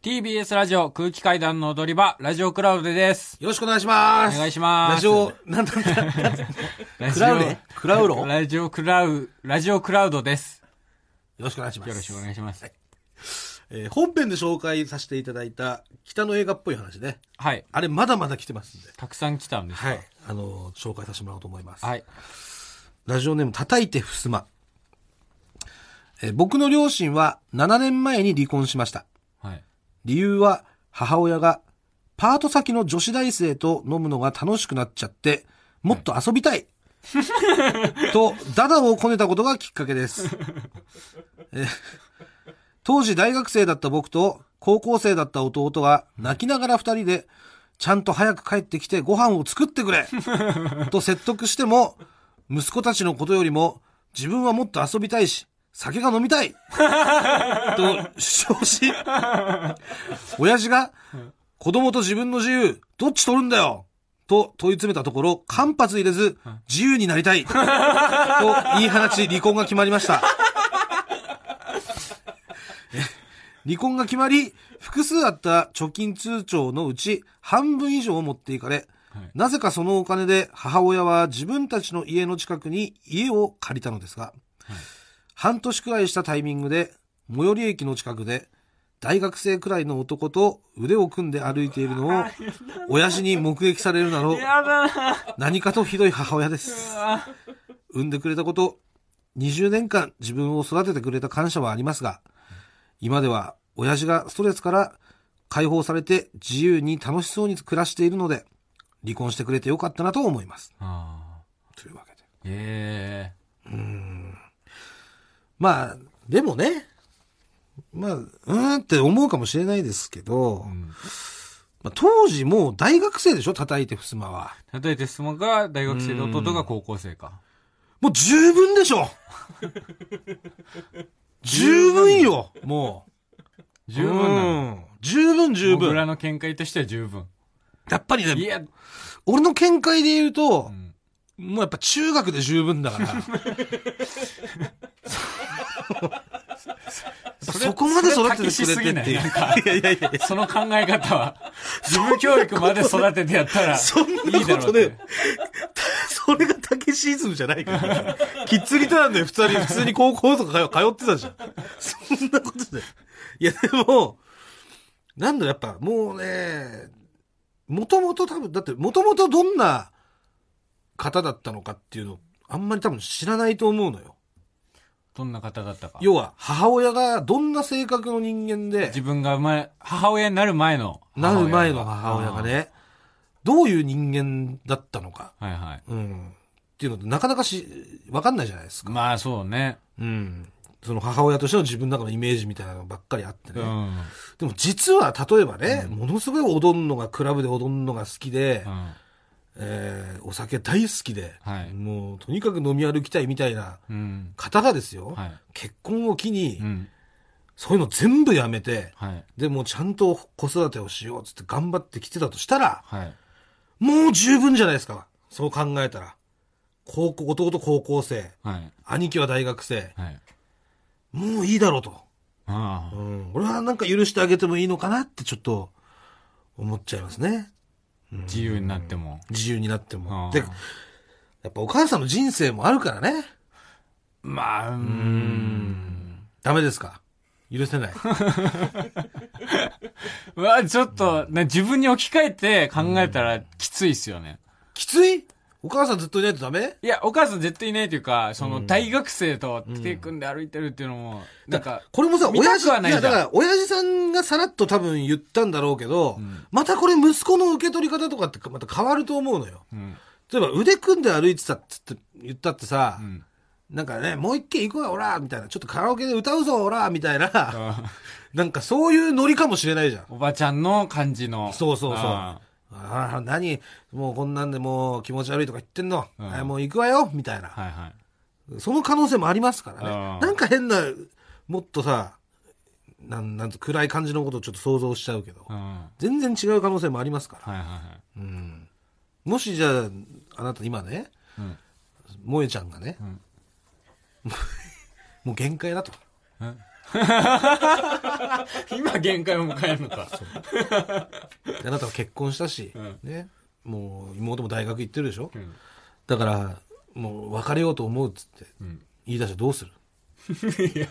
TBS ラジオ空気階段の踊り場、ラジオクラウデです。よろしくお願いします。お願いしますラジオ、なんだなんだ、ラクラウレクラウロよラジオクラウ、ラジオクラウドです。ろしくお願いします。よろしくお願いします。えー本編で紹介させていただいた北の映画っぽい話ね。はい。あれまだまだ来てますんで。たくさん来たんです。はい。あのー紹介させてもらおうと思います。はい。ラジオネーム、叩いてふすま。えー僕の両親は7年前に離婚しました。はい。理由は母親がパート先の女子大生と飲むのが楽しくなっちゃって、もっと遊びたい、と、ダダをこねたことがきっかけです。え当時大学生だった僕と高校生だった弟が泣きながら二人で、ちゃんと早く帰ってきてご飯を作ってくれと説得しても、息子たちのことよりも自分はもっと遊びたいし、酒が飲みたいと主張し、親父が、子供と自分の自由、どっち取るんだよと問い詰めたところ、間髪入れず、自由になりたいと言い放ち、離婚が決まりました。離婚が決まり、複数あった貯金通帳のうち半分以上を持っていかれ、はいなぜかそのお金で母親は自分たちの家の近くに家を借りたのですが、半年くらいしたタイミングで、最寄り駅の近くで、大学生くらいの男と腕を組んで歩いているのを、親父に目撃されるなど、やだな何かとひどい母親です。産んでくれたこと、20年間自分を育ててくれた感謝はありますが、今では親父がストレスから解放されて自由に楽しそうに暮らしているので、離婚してくれてよかったなと思います。あというわけーで。えまあ、でもね、まあ、うーんって思うかもしれないですけど、んまあ、当時もう大学生でしょ叩いてふすまは。ー。例えて質問が大学生で弟が高校生か。もう十分でしょ十分よもう。十分なの。うん十分十僕ら分。の見解としては十分。やっぱりいね、や、俺の見解で言ううと、んもうやっぱ中学で十分だから。そそこまで育ててくれてっていう。いそれやいやいやいやその考え方は、義務教育まで育ててやったら、 そんないいだころとうってね。。それがたけしイズムじゃないから。キッズリターンで普通に、普通に高校とか通ってたじゃん。そんなことで。いや、でも、なんだろうやっぱ、もうね、もともと多分、だって、もともとどんな方だったのかっていうの、あんまり多分知らないと思うのよ。どんな方だったか。要は、母親がどんな性格の人間で自、分が生まれ、母親になる前の母親なが。る前の母親がね、どういう人間だったのか。あー。はいはい。うん。っていうのってなかなかし、わかんないじゃないですか。まあそうね。うん。その母親としての自分の中のイメージみたいなのばっかりあってうね。ん。うんでも実は例えばね、ものすごい踊るのが、クラブで踊るのが好きで、えーお酒大好きで、はいもうとにかく飲み歩きたいみたいなうん。方がですよ、はい結婚を機に、うん。そういうの全部やめて、はい。でもうちゃんと子育てをしようっつって頑張ってきてたとしたら、はい。もう十分じゃないですか。そう考えたら。高校、弟高校生、はい。兄貴は大学生、はい。もういいだろうと。あうあ。ん、俺はなんか許してあげてもいいのかなってちょっと思っちゃいますね。自由になっても。自由になってあも。ーで、やっぱお母さんの人生もあるからね。まあ、うーん。ダメですか許せない。 うわ、ちょっと、ね、自分に置き換えて考えたらきついっすよね。きついお母さんずっといないとダメいや、お母さん絶対いないというか、その、大学生と手組んで歩いてるっていうのも、なんか、これもさ、見た親く父、はないじゃいやんだから、親父さんがさらっと多分言ったんだろうけど、またこれ息子の受け取り方とかってまた変わると思うのよ。うん。例えば腕組んで歩いてたっつって言ったってさ、うん。なんかね、もう一軒行こうよ、オラみたいな。ちょっとカラオケで歌うぞ、オラみた いな。なんかそういうノリかもしれないじゃん。おばちゃんの感じの。そうそうそう。あああ、何もうこんなんでもう気持ち悪いとか言ってんの。うんあもう行くわよみたいな、あはいはい。その可能性もありますからねあ。あなんか変な、もっとさ、なん、なんと暗い感じのことをちょっと想像しちゃうけどう。ん。は全然違う可能性もありますかいはいはい。ら。うん。もしじゃあ、あなた今ね、うん。萌えちゃんがね、ん もう限界だと。うん今限界を迎えるのか。であなたは結婚したし、うんね、もう妹も大学行ってるでしょ、うんだからもう別れようと思うっつってうん。言い出したらどうするいや、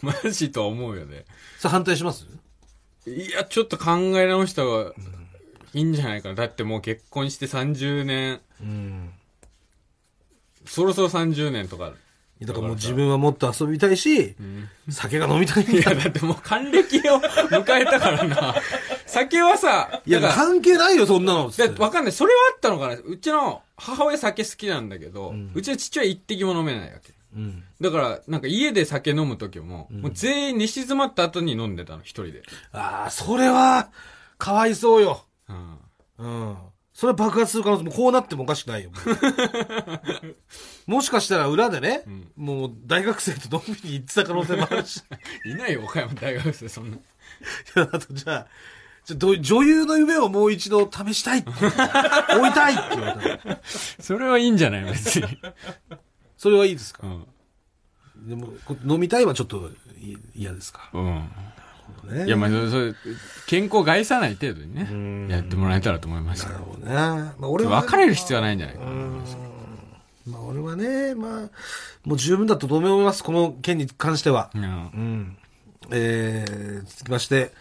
マジとは思うよね。さあ反対しますいや、ちょっと考え直した方がいいんじゃないかな。だってもう結婚して30年、うんそろそろ30年とか。だからもう自分はもっと遊びたいし、酒が飲みたいんだいや、だってもう還暦を迎えたから な。酒はさ、いや、だから関係ないよ、そんなのっつだって。わかんない。それはあったのかな。うちの母親酒好きなんだけど、うちの父親一滴も飲めないわけ。うん。だから、なんか家で酒飲む時も、もう全員寝静まった後に飲んでたの、一人で。ああ、それは、かわいそうよ。うん。うん。それは爆発する可能性も、こうなってもおかしくないよ。も うもしかしたら裏でね、んもう大学生と飲みに行ってた可能性もあるし。いいないよ、岡山大学生、そんな。や、 あとじゃあ、じゃあど女優の夢をもう一度試したいって。追いたいって言われたのそれはいいんじゃない別に。それはいいですかうん。でも、こ飲みたいはちょっとい嫌ですか、うん。ね、いや、まあ、それ、それ、健康を害さない程度にんね、やってもらえたらと思いますなけるど。ほどね。まあ、俺は、別れる必要はないんじゃないかな。まあ、俺はね、まあ、もう十分だと思います。この件に関しては。うんうん。えー、続きまして、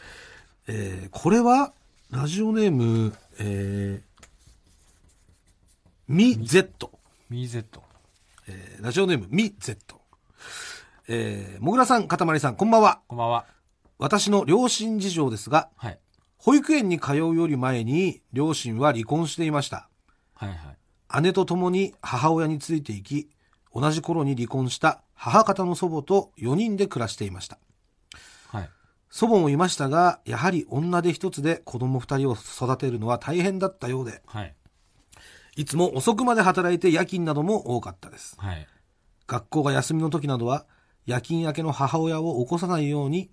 えー、これは、ラジオネーム、えー、ミゼット。ミーゼット。えーラジオネーム、ミゼット。えー、もぐらさん、かたまりさん、こんばんは。こんばんは。私の両親事情ですが、はい。保育園に通うより前に、両親は離婚していました。はいはい。姉と共に母親についていき、同じ頃に離婚した母方の祖母と4人で暮らしていました。はい。祖母もいましたが、やはり女手一つで子供2人を育てるのは大変だったようで、はい。いつも遅くまで働いて夜勤なども多かったです。はい。学校が休みの時などは、夜勤明けの母親を起こさないように、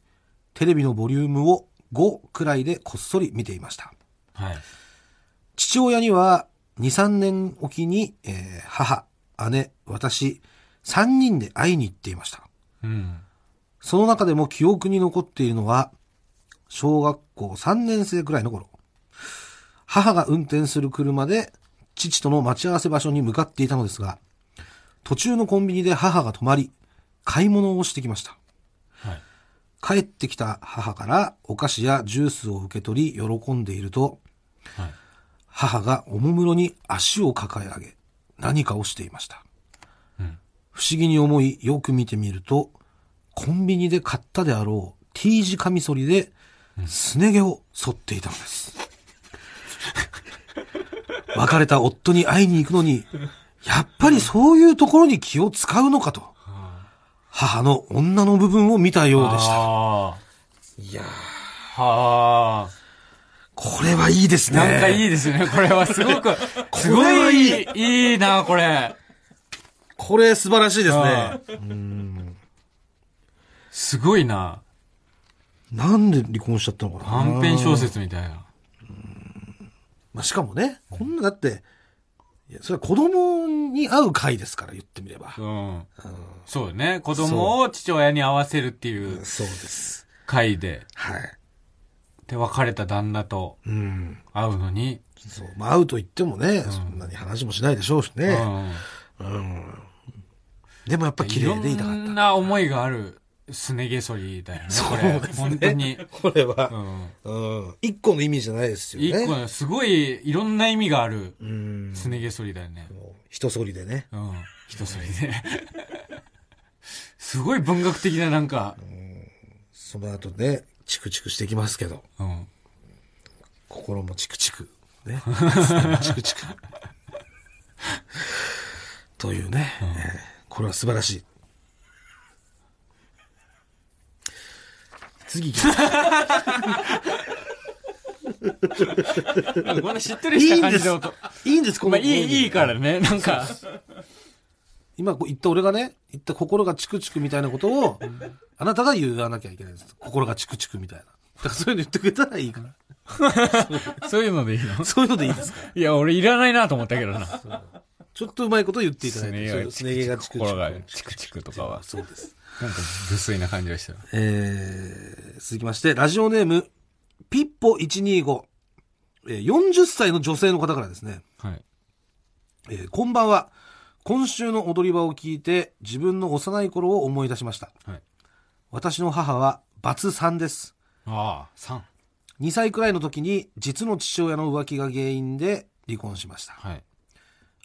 テレビのボリュームを5くらいでこっそり見ていました。はい。父親には2、3年おきに、えー母、姉、私、3人で会いに行っていました。うん。その中でも記憶に残っているのは、小学校3年生くらいの頃、母が運転する車で父との待ち合わせ場所に向かっていたのですが、途中のコンビニで母が泊まり、買い物をしてきました。はい。帰ってきた母からお菓子やジュースを受け取り喜んでいると、はい。母がおもむろに足を抱え上げ、何かをしていました。うん。不思議に思い、よく見てみると、コンビニで買ったであろう T 字カミソリで、すね毛を剃っていたのです。 別れた夫に会いに行くのに、やっぱりそういうところに気を使うのかと、母の女の部分を見たようでした。あいやあ。ーはあ。これはいいですね。なんかいいですね。これはすごく、すごはいいいい、いいな、これ。これ素晴らしいですあね。すごいな。なんで離婚しちゃったのかな。短編小説みたいな。まあ、しかもね、こんなだって、いや、それは子供に会う回ですから、言ってみれば。うん。そうね。子供を父親に会わせるっていうそうです。回で。はい。で、別れた旦那とうん。会うのに。そう。まあ、会うと言ってもね、そんなに話もしないでしょうしうね。ん。うん。でもやっぱ綺い麗ろでいたかった。んな思いがある、すね毛剃りだよね。こそうれで。すね本当に。これうは、ん。うん。一個の意味じゃないですよね。一個の、すごい、いろんな意味がある、うん。すね毛剃りだよね。もう一反りでね。うん。人それで。すごい文学的な、なんか。その後ね、チクチクしてきますけど、うん。心もチクチク。ね。チクチ ク。というね、えーこれは素晴らしい。次行きますなんかこんなしっとりした感じで音。 いいんです、こまのあ、いい、いいからね。なんか、今こう言った俺がね、言った心がチクチクみたいなことを、あなたが言わなきゃいけないんです。心がチクチクみたいな。だからそういうの言ってくれたらいいから。そういうのでいいの そういうのでいいですかいや、俺いらないなと思ったけどな。ちょっとうまいこと言っていただすいねて、毛そうがすね毛がチクチ心がク。チクチクとかは。そうです。なんか、無粋な感じがした。えー、続きまして、ラジオネーム、ピッポ125。えー、40歳の女性の方からですね。はい。えーこんばんは。今週の踊り場を聞いて、自分の幼い頃を思い出しました。はい。私の母は、バツ3です。ああ、三。 2歳くらいの時に、実の父親の浮気が原因で離婚しました。はい。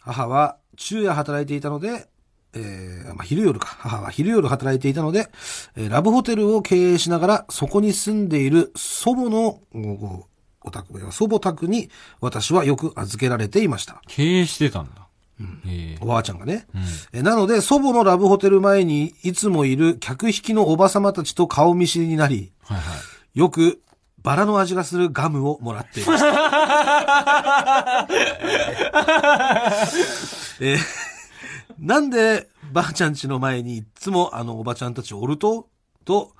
母は昼夜働いていたので、えーまあ、昼夜か。母は昼夜働いていたので、えーラブホテルを経営しながら、そこに住んでいる祖母のおお宅、祖母宅に私はよく預けられていました。経営してたんだ。ええおばあちゃんがね。うん。えーなので、祖母のラブホテル前にいつもいる客引きのおば様たちと顔見知りになり、はいはい。よくバラの味がするガムをもらっていました。えーなんでばあちゃん家の前にいっつもあのおばちゃんたちおるとと、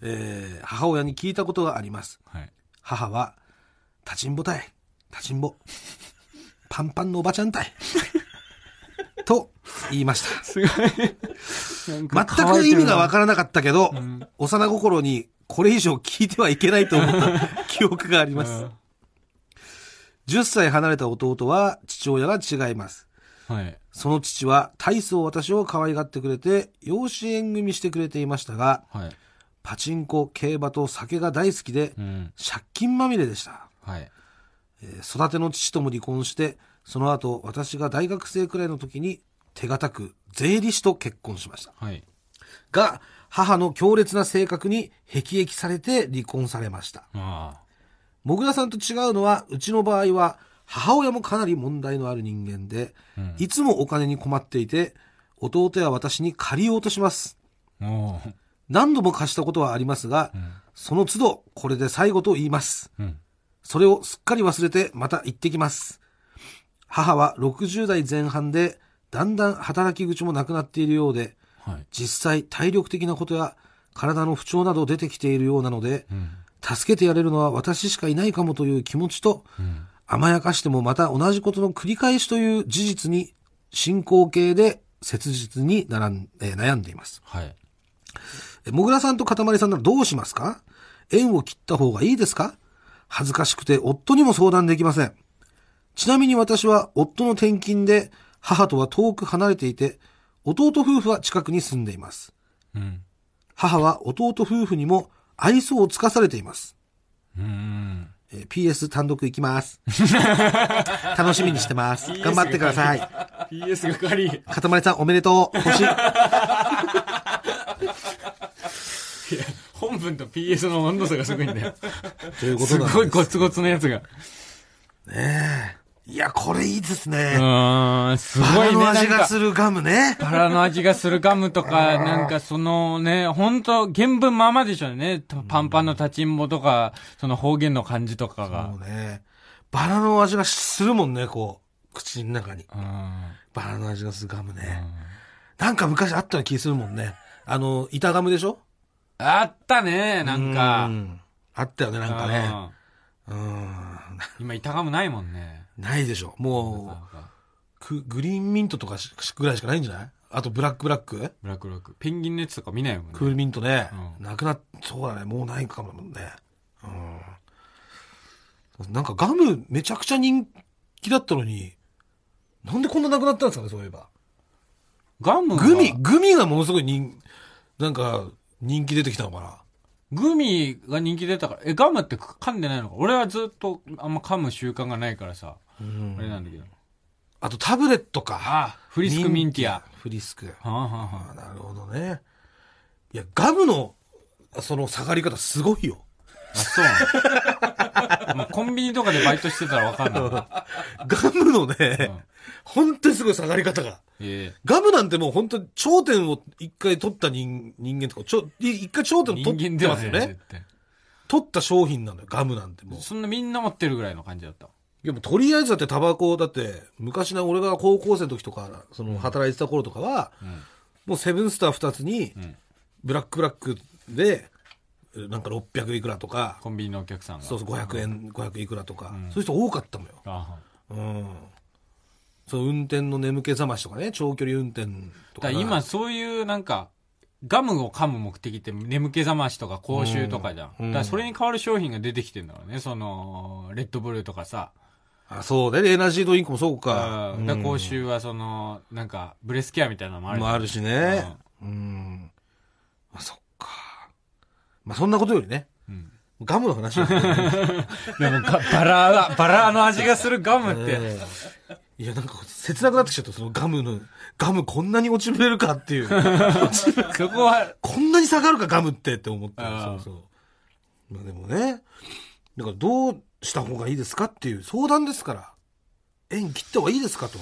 えー母親に聞いたことがあります。はい。母は、立ちんぼたい、立ちんぼ、パンパンのおばちゃんたい、と言いました。すごい。全全く意味がわかからなかったけど、ん幼心にこれ以上聞いてはいけないと思った記憶がありります。10歳離れた弟は父親が違います。はい。その父は大層私を可愛がってくれて、養子縁組してくれていましたが、はい。パチンコ、競馬と酒が大好きでう、ん。借金まみれでした。はい。えー育ての父とも離婚して、その後私が大学生くらいの時に手堅く税理士と結婚しました。はい。が、母の強烈な性格に辟易されて離婚されました。あもぐらさんと違うのは、うちの場合は、母親もかなり問題のある人間で、あ。うん。いつもお金に困っていて、弟や私に借りようとします。おー何度も貸したことはありますが、その都度、これで最後と言います。うん。うん。それをすっかり忘れて、また行ってきます。母は60代前半で、だんだん働き口もなくなっているようで、はい。実際体力的なことや体の不調など出てきているようなので、うん。助けてやれるのは私しかいないかもという気持ちと、うん。甘やかしてもまた同じことの繰り返しという事実に進行形で切実に並んえー悩んでいます。はい。えもぐらさんとかたまりさんならどうしますか縁を切った方がいいですか恥ずかしくて夫にも相談できません。ちなみに私は夫の転勤で母とは遠く離れていて、弟夫婦は近くに住んでいます。うん。母は弟夫婦にも愛想をつかされています。 うん。えー PS 単独行 きます。楽しみにしてます。頑張ってください。 PS 係。かたまりさんおめでとう。星。本文と PS の温度差がすごいんだよ。ということ すなんです。ごいゴツゴツのやつが。いや、これいいですうね。ーん、すバごラいね。のなん味がかするガムね。バラの味がするガムとか、なんかそのね、ほんと、原文ままでしょうね。とパンパンの立ちんぼとか、その方言の感じとかがも。うね。バラの味がするもんね、こう。口の中に。うん。バラの味がするガムうね。んなんか昔あったような気するもんね。あの、板ガムでしょあったね、なんうか。んあったよね、なんかね。ね。うん。今、板ガムないもんね。ないでしょ。なもんかう、くグリーンミントとかししぐらいしかないんじゃないあと、ブラックブラックブラックロック。ペンギンのやつとか見ないもんクーね。ルミントね、うんなくなっ、そうだね、もうないかもね。うん。なんかガムめちゃくちゃ人気だったのに、なんでこんななくなったんですかね、そういえば。ガムはグミ、グミがものすごい人、なんか人気出てきたのかな。グミが人気出たから、え、ガムって噛んでないのか俺はずっとあんま噛む習慣がないからさ、あれなんだけど。あとタブレットか。あ、フリスクミンティア。はフリスク。あ、はあはあなるほどね。いや、ガムの、その下がり方すごいよ。あ、あそうなのまあコンビニとかでバイトしてたらわかんない。うんガムのね、え本当にすごい下がり方が。えガムなんてもう本当に頂点を一回取った人人間とか、ちょい一回頂点を人取間でってまはすねよね絶。対取った商品なんだよ、ガムなんてもう。いそんなみんな持ってるぐらいの感じだった。やもうとりあえずだってタバコだって、昔な俺が高校生の時とか、その働いてた頃とかは、うもうセブンスター2つにん。う、ん。ブラックブラックで、えなんか600いくらとか、コンビニのお客さんが。そうそう500円、500いくらとかうん、そういう人多かったのよ。あうん。その運転の眠気覚ましとかね、長距離運転とかだからな。今そういうなんか、ガムを噛む目的って眠気覚ましとか口臭とかじゃん。うんだからそれに代わる商品が出てきてんだろうね。その、レッドブルーとかさ。あ、そうだね。エナジードリンクもそうか。うんだから口臭はその、なんか、ブレスケアみたいなのもあるじもゃんあるしね。うん。まあ、そっか。まあ、そんなことよりね。うんガムの話 なんだよねでもがバラが、バラの味がするガムって。ええいや、なんか、切なくなってきちゃった。そのガムの、ガムこんなに落ちぶれるかっていう。そこは、こんなに下がるか、ガムってって思って。そあうあそう。まあでもね、だからどうした方がいいですかっていう相談ですから。縁切った方がいいですかと。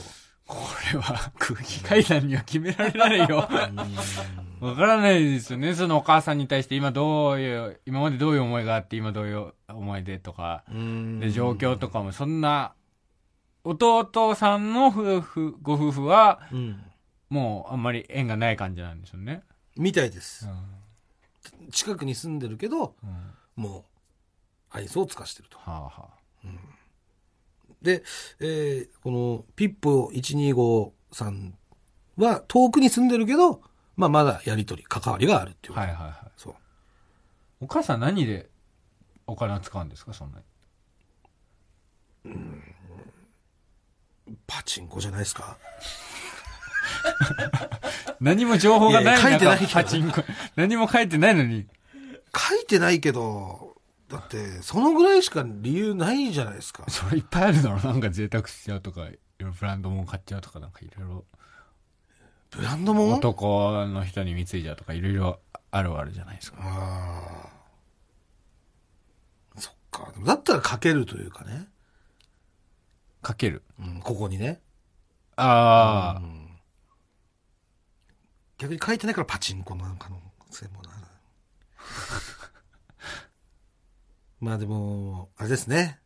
これは空気階段には決められないよ。 わからないですよね。そのお母さんに対して今どういう、今までどういう思いがあって、今どういう思いでとか、で状況とかもそんな、弟さんの夫婦、ご夫婦は、うん。もうあんまり縁がない感じなんでしょうね。みたいですう。ん近くに住んでるけど、うんもう、愛想を尽かしてると。はあはで、えーこの、ピッポ125さんは遠くに住んでるけど、まあまだやりとり、関わりがあるっていうあ。こと。はいはいはい。そう。お母さん何でお金を使うんですか、そんなに。パチンコじゃないですか。何も情報がないいやいや書いてない中けどパチンコ。何も書いてないのに。書いてないけど、だって、そのぐらいしか理由ないじゃないですか。それいっぱいあるだろなんか贅沢しちゃうとか、いろいろブランドもん買っちゃうとか、なんかいろいろ、ブランドもん男の人に貢いじゃうとか、いろいろあるはあるじゃないですか。ああ。そっか。でもだったら書けるというかね。かける。うん、ここにね。あうあ、ん逆に書いてないからパチンコなんかのせいもな。まあでも、あれですね。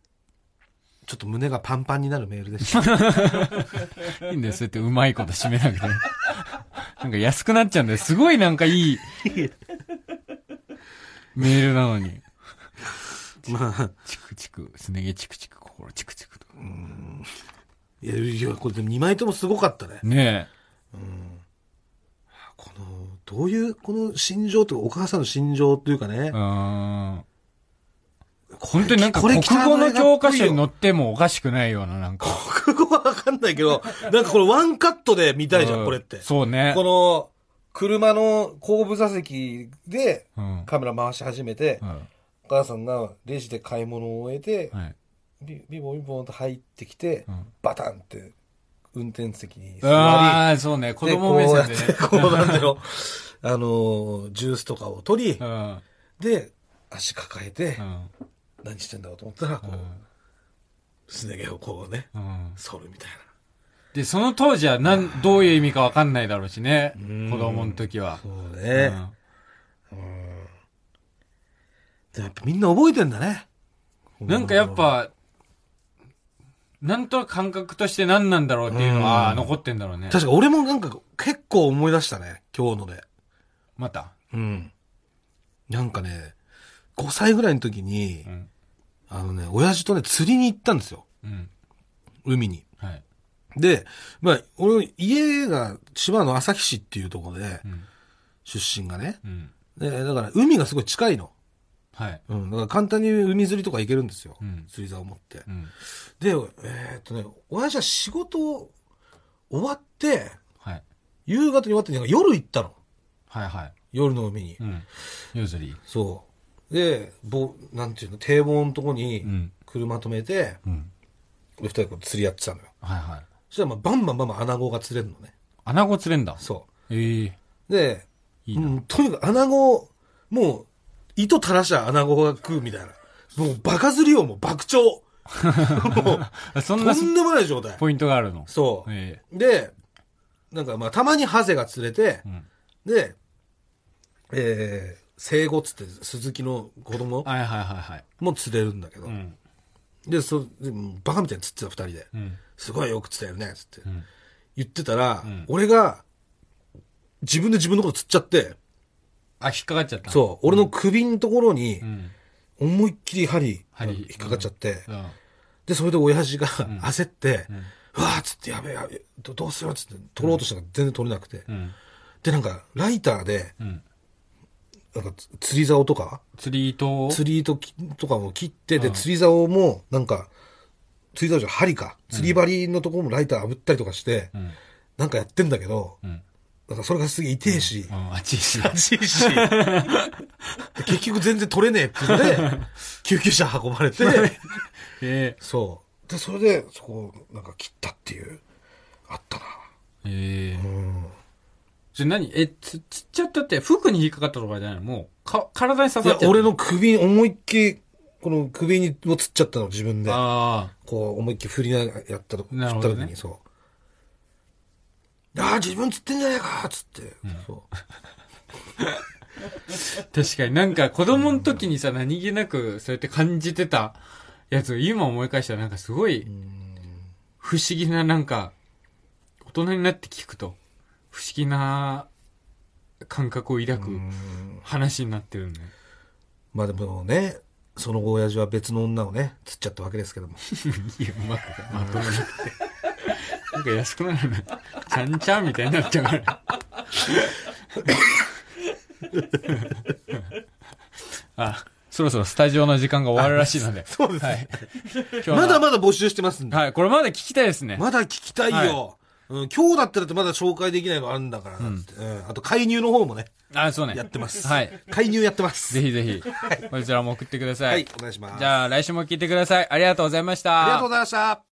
ちょっと胸がパンパンになるメールでした。いいんだよ、そうやってうまいこと締めなくて。 なんか安くなっちゃうんだよ。すごいなんかいい、メールなのに。まあ、チクチク、すね毛チクチク、心チクチクと。いや、いや、これでも2枚ともすごかったね。ねこの、どういう、この心情というか、お母さんの心情というかねえ。う。ーん。これ本当になんかこれ国北語の映画っぽい教よ科書に載ってもおかしくないような、なんか。 国語はわかんないけ ど、なんかこれワンカットで見たいじゃうんん、これって。そうね。この、車の後部座席でうん。カメラ回し始めてう、んお母さんがレジで買い物を終えて、はい。ビビボンビボンと入ってきてう、んバタンって運転席に座ああ、そうね。り、子で供目線でね。こうやってこうなんだろう、あのー、ジュースとかを取りう、ん。で、足抱えてう、ん。何してんだろうと思ったら、こうう、すね毛をこうね、ん。剃るみたいな。で、その当時はなん、どういう意味かわかんないだろうしね。うん子供の時は。そううね。んでもやっぱみんな覚えてんだね。なんかやっ、ぱ、なんとなく感覚として何なんだろうっていうのはうん残ってんだろうね。確か俺もなんか結構思い出したね、今日ので。また。うん。なんかね、5歳ぐらいの時にう、ん。あのね、親父とね、釣りに行ったんですよ。うん。海に。はい。で、まあ、俺、家が千葉の旭市っていうところでう、ん。出身がね。うん。で、だから海がすごい近いの。はい。うん。だから簡単に海釣りとか行けるんですよ。うん釣り竿を持って。うん。で、えーっとね、親父は仕事終わって、はい。夕方に終わって、なんか夜行ったの。はいはい。夜の海に。うん。夜釣り。そう。で、ぼ、なんていうの、堤防のとこにうん。車止めて、うん。で、二人こう釣り合ってたのよ。はいはい。そしたら、まあ、バンバンバンバンアナゴが釣れるのね。穴子釣れんだ。そええ。う。で、いいなうんとにかくアナゴ、もう、糸垂らしたアナゴが食うみたいな。もう、バカ釣りをもう、爆釣。もう、あそんなとんでもない状態。ポイントがあるの。そう。えで、なんかまあ、たまにハゼが釣れてえ。う、ん。で、えー、生後っつって、鈴木の子供はいはいはいはい。も釣れるんだけどう、ん。で、そでもうバカみたいに釣ってた二人で、うん。すごいよく釣れるね、つっう。てん。言ってたら、うん俺が、自分で自分のこと釣っちゃって、あ、引っかかっちゃった。そう、俺の首のところにう、ん。思いっきり針、針引っかかっちゃって、うん。で、それで親父がん焦って、ううわーっつって、やべえ、やべえどどうしようっつって、取ろうとしたら全然取れなくて。うん。で、なんか、ライターで、うん。なんか、つ釣り竿とか、釣り糸を。釣り糸きとかも切って、で、釣り竿も、なんか、釣り竿じゃ針か。釣り針のところもライター炙ったりとかして、うん。なんかやってんだけど、うん。なんかそれがすげえ痛えし、うん。あっちい し。悲しいし、結局全然取れねえって言うん で、救急車運ばれて、えそう。で、それで、そこをなんか切ったっていう、あったな。ー、えー。うん。それ何え、つ、つっちゃったって、服に引っかかったとかじゃないのもう、か、体に刺さいっやち、ゃ俺。の首、思いっきり、この首に、をつっちゃったの、自分で。あこう、思いっきり振りながらやったと、なる振っほたどね時に、そう。ああ、自分つってんじゃねえかっつって。そう。あ。確かになんか子供の時にさ、何気なくそうやって感じてたやつを今思い返したらなんかすごい不思議ななんか、大人になって聞くと、不思議な感覚を抱く話になってるね。まあでもね、その後親父は別の女をね、つっちゃったわけですけども。いや、うまくまとめなくて。なんか安くなるね。ちゃんちゃんみたいになっちゃうから。あ、そろそろスタジオの時間が終わるらしいので。そうですはい。今日はまだまだ募集してますんで。はい、これまだ聞きたいですね。まだ聞きたいよ。うん、今日だったらってまだ紹介できないのあるんだから、つってうんあと、介入の方もね、あ、そうね。やってます。はい。。介入やってます。ぜひぜひ、こちらも送ってください。はい、お願いします。じゃあ、来週も聞いてください。ありがとうございました。ありがとうございました。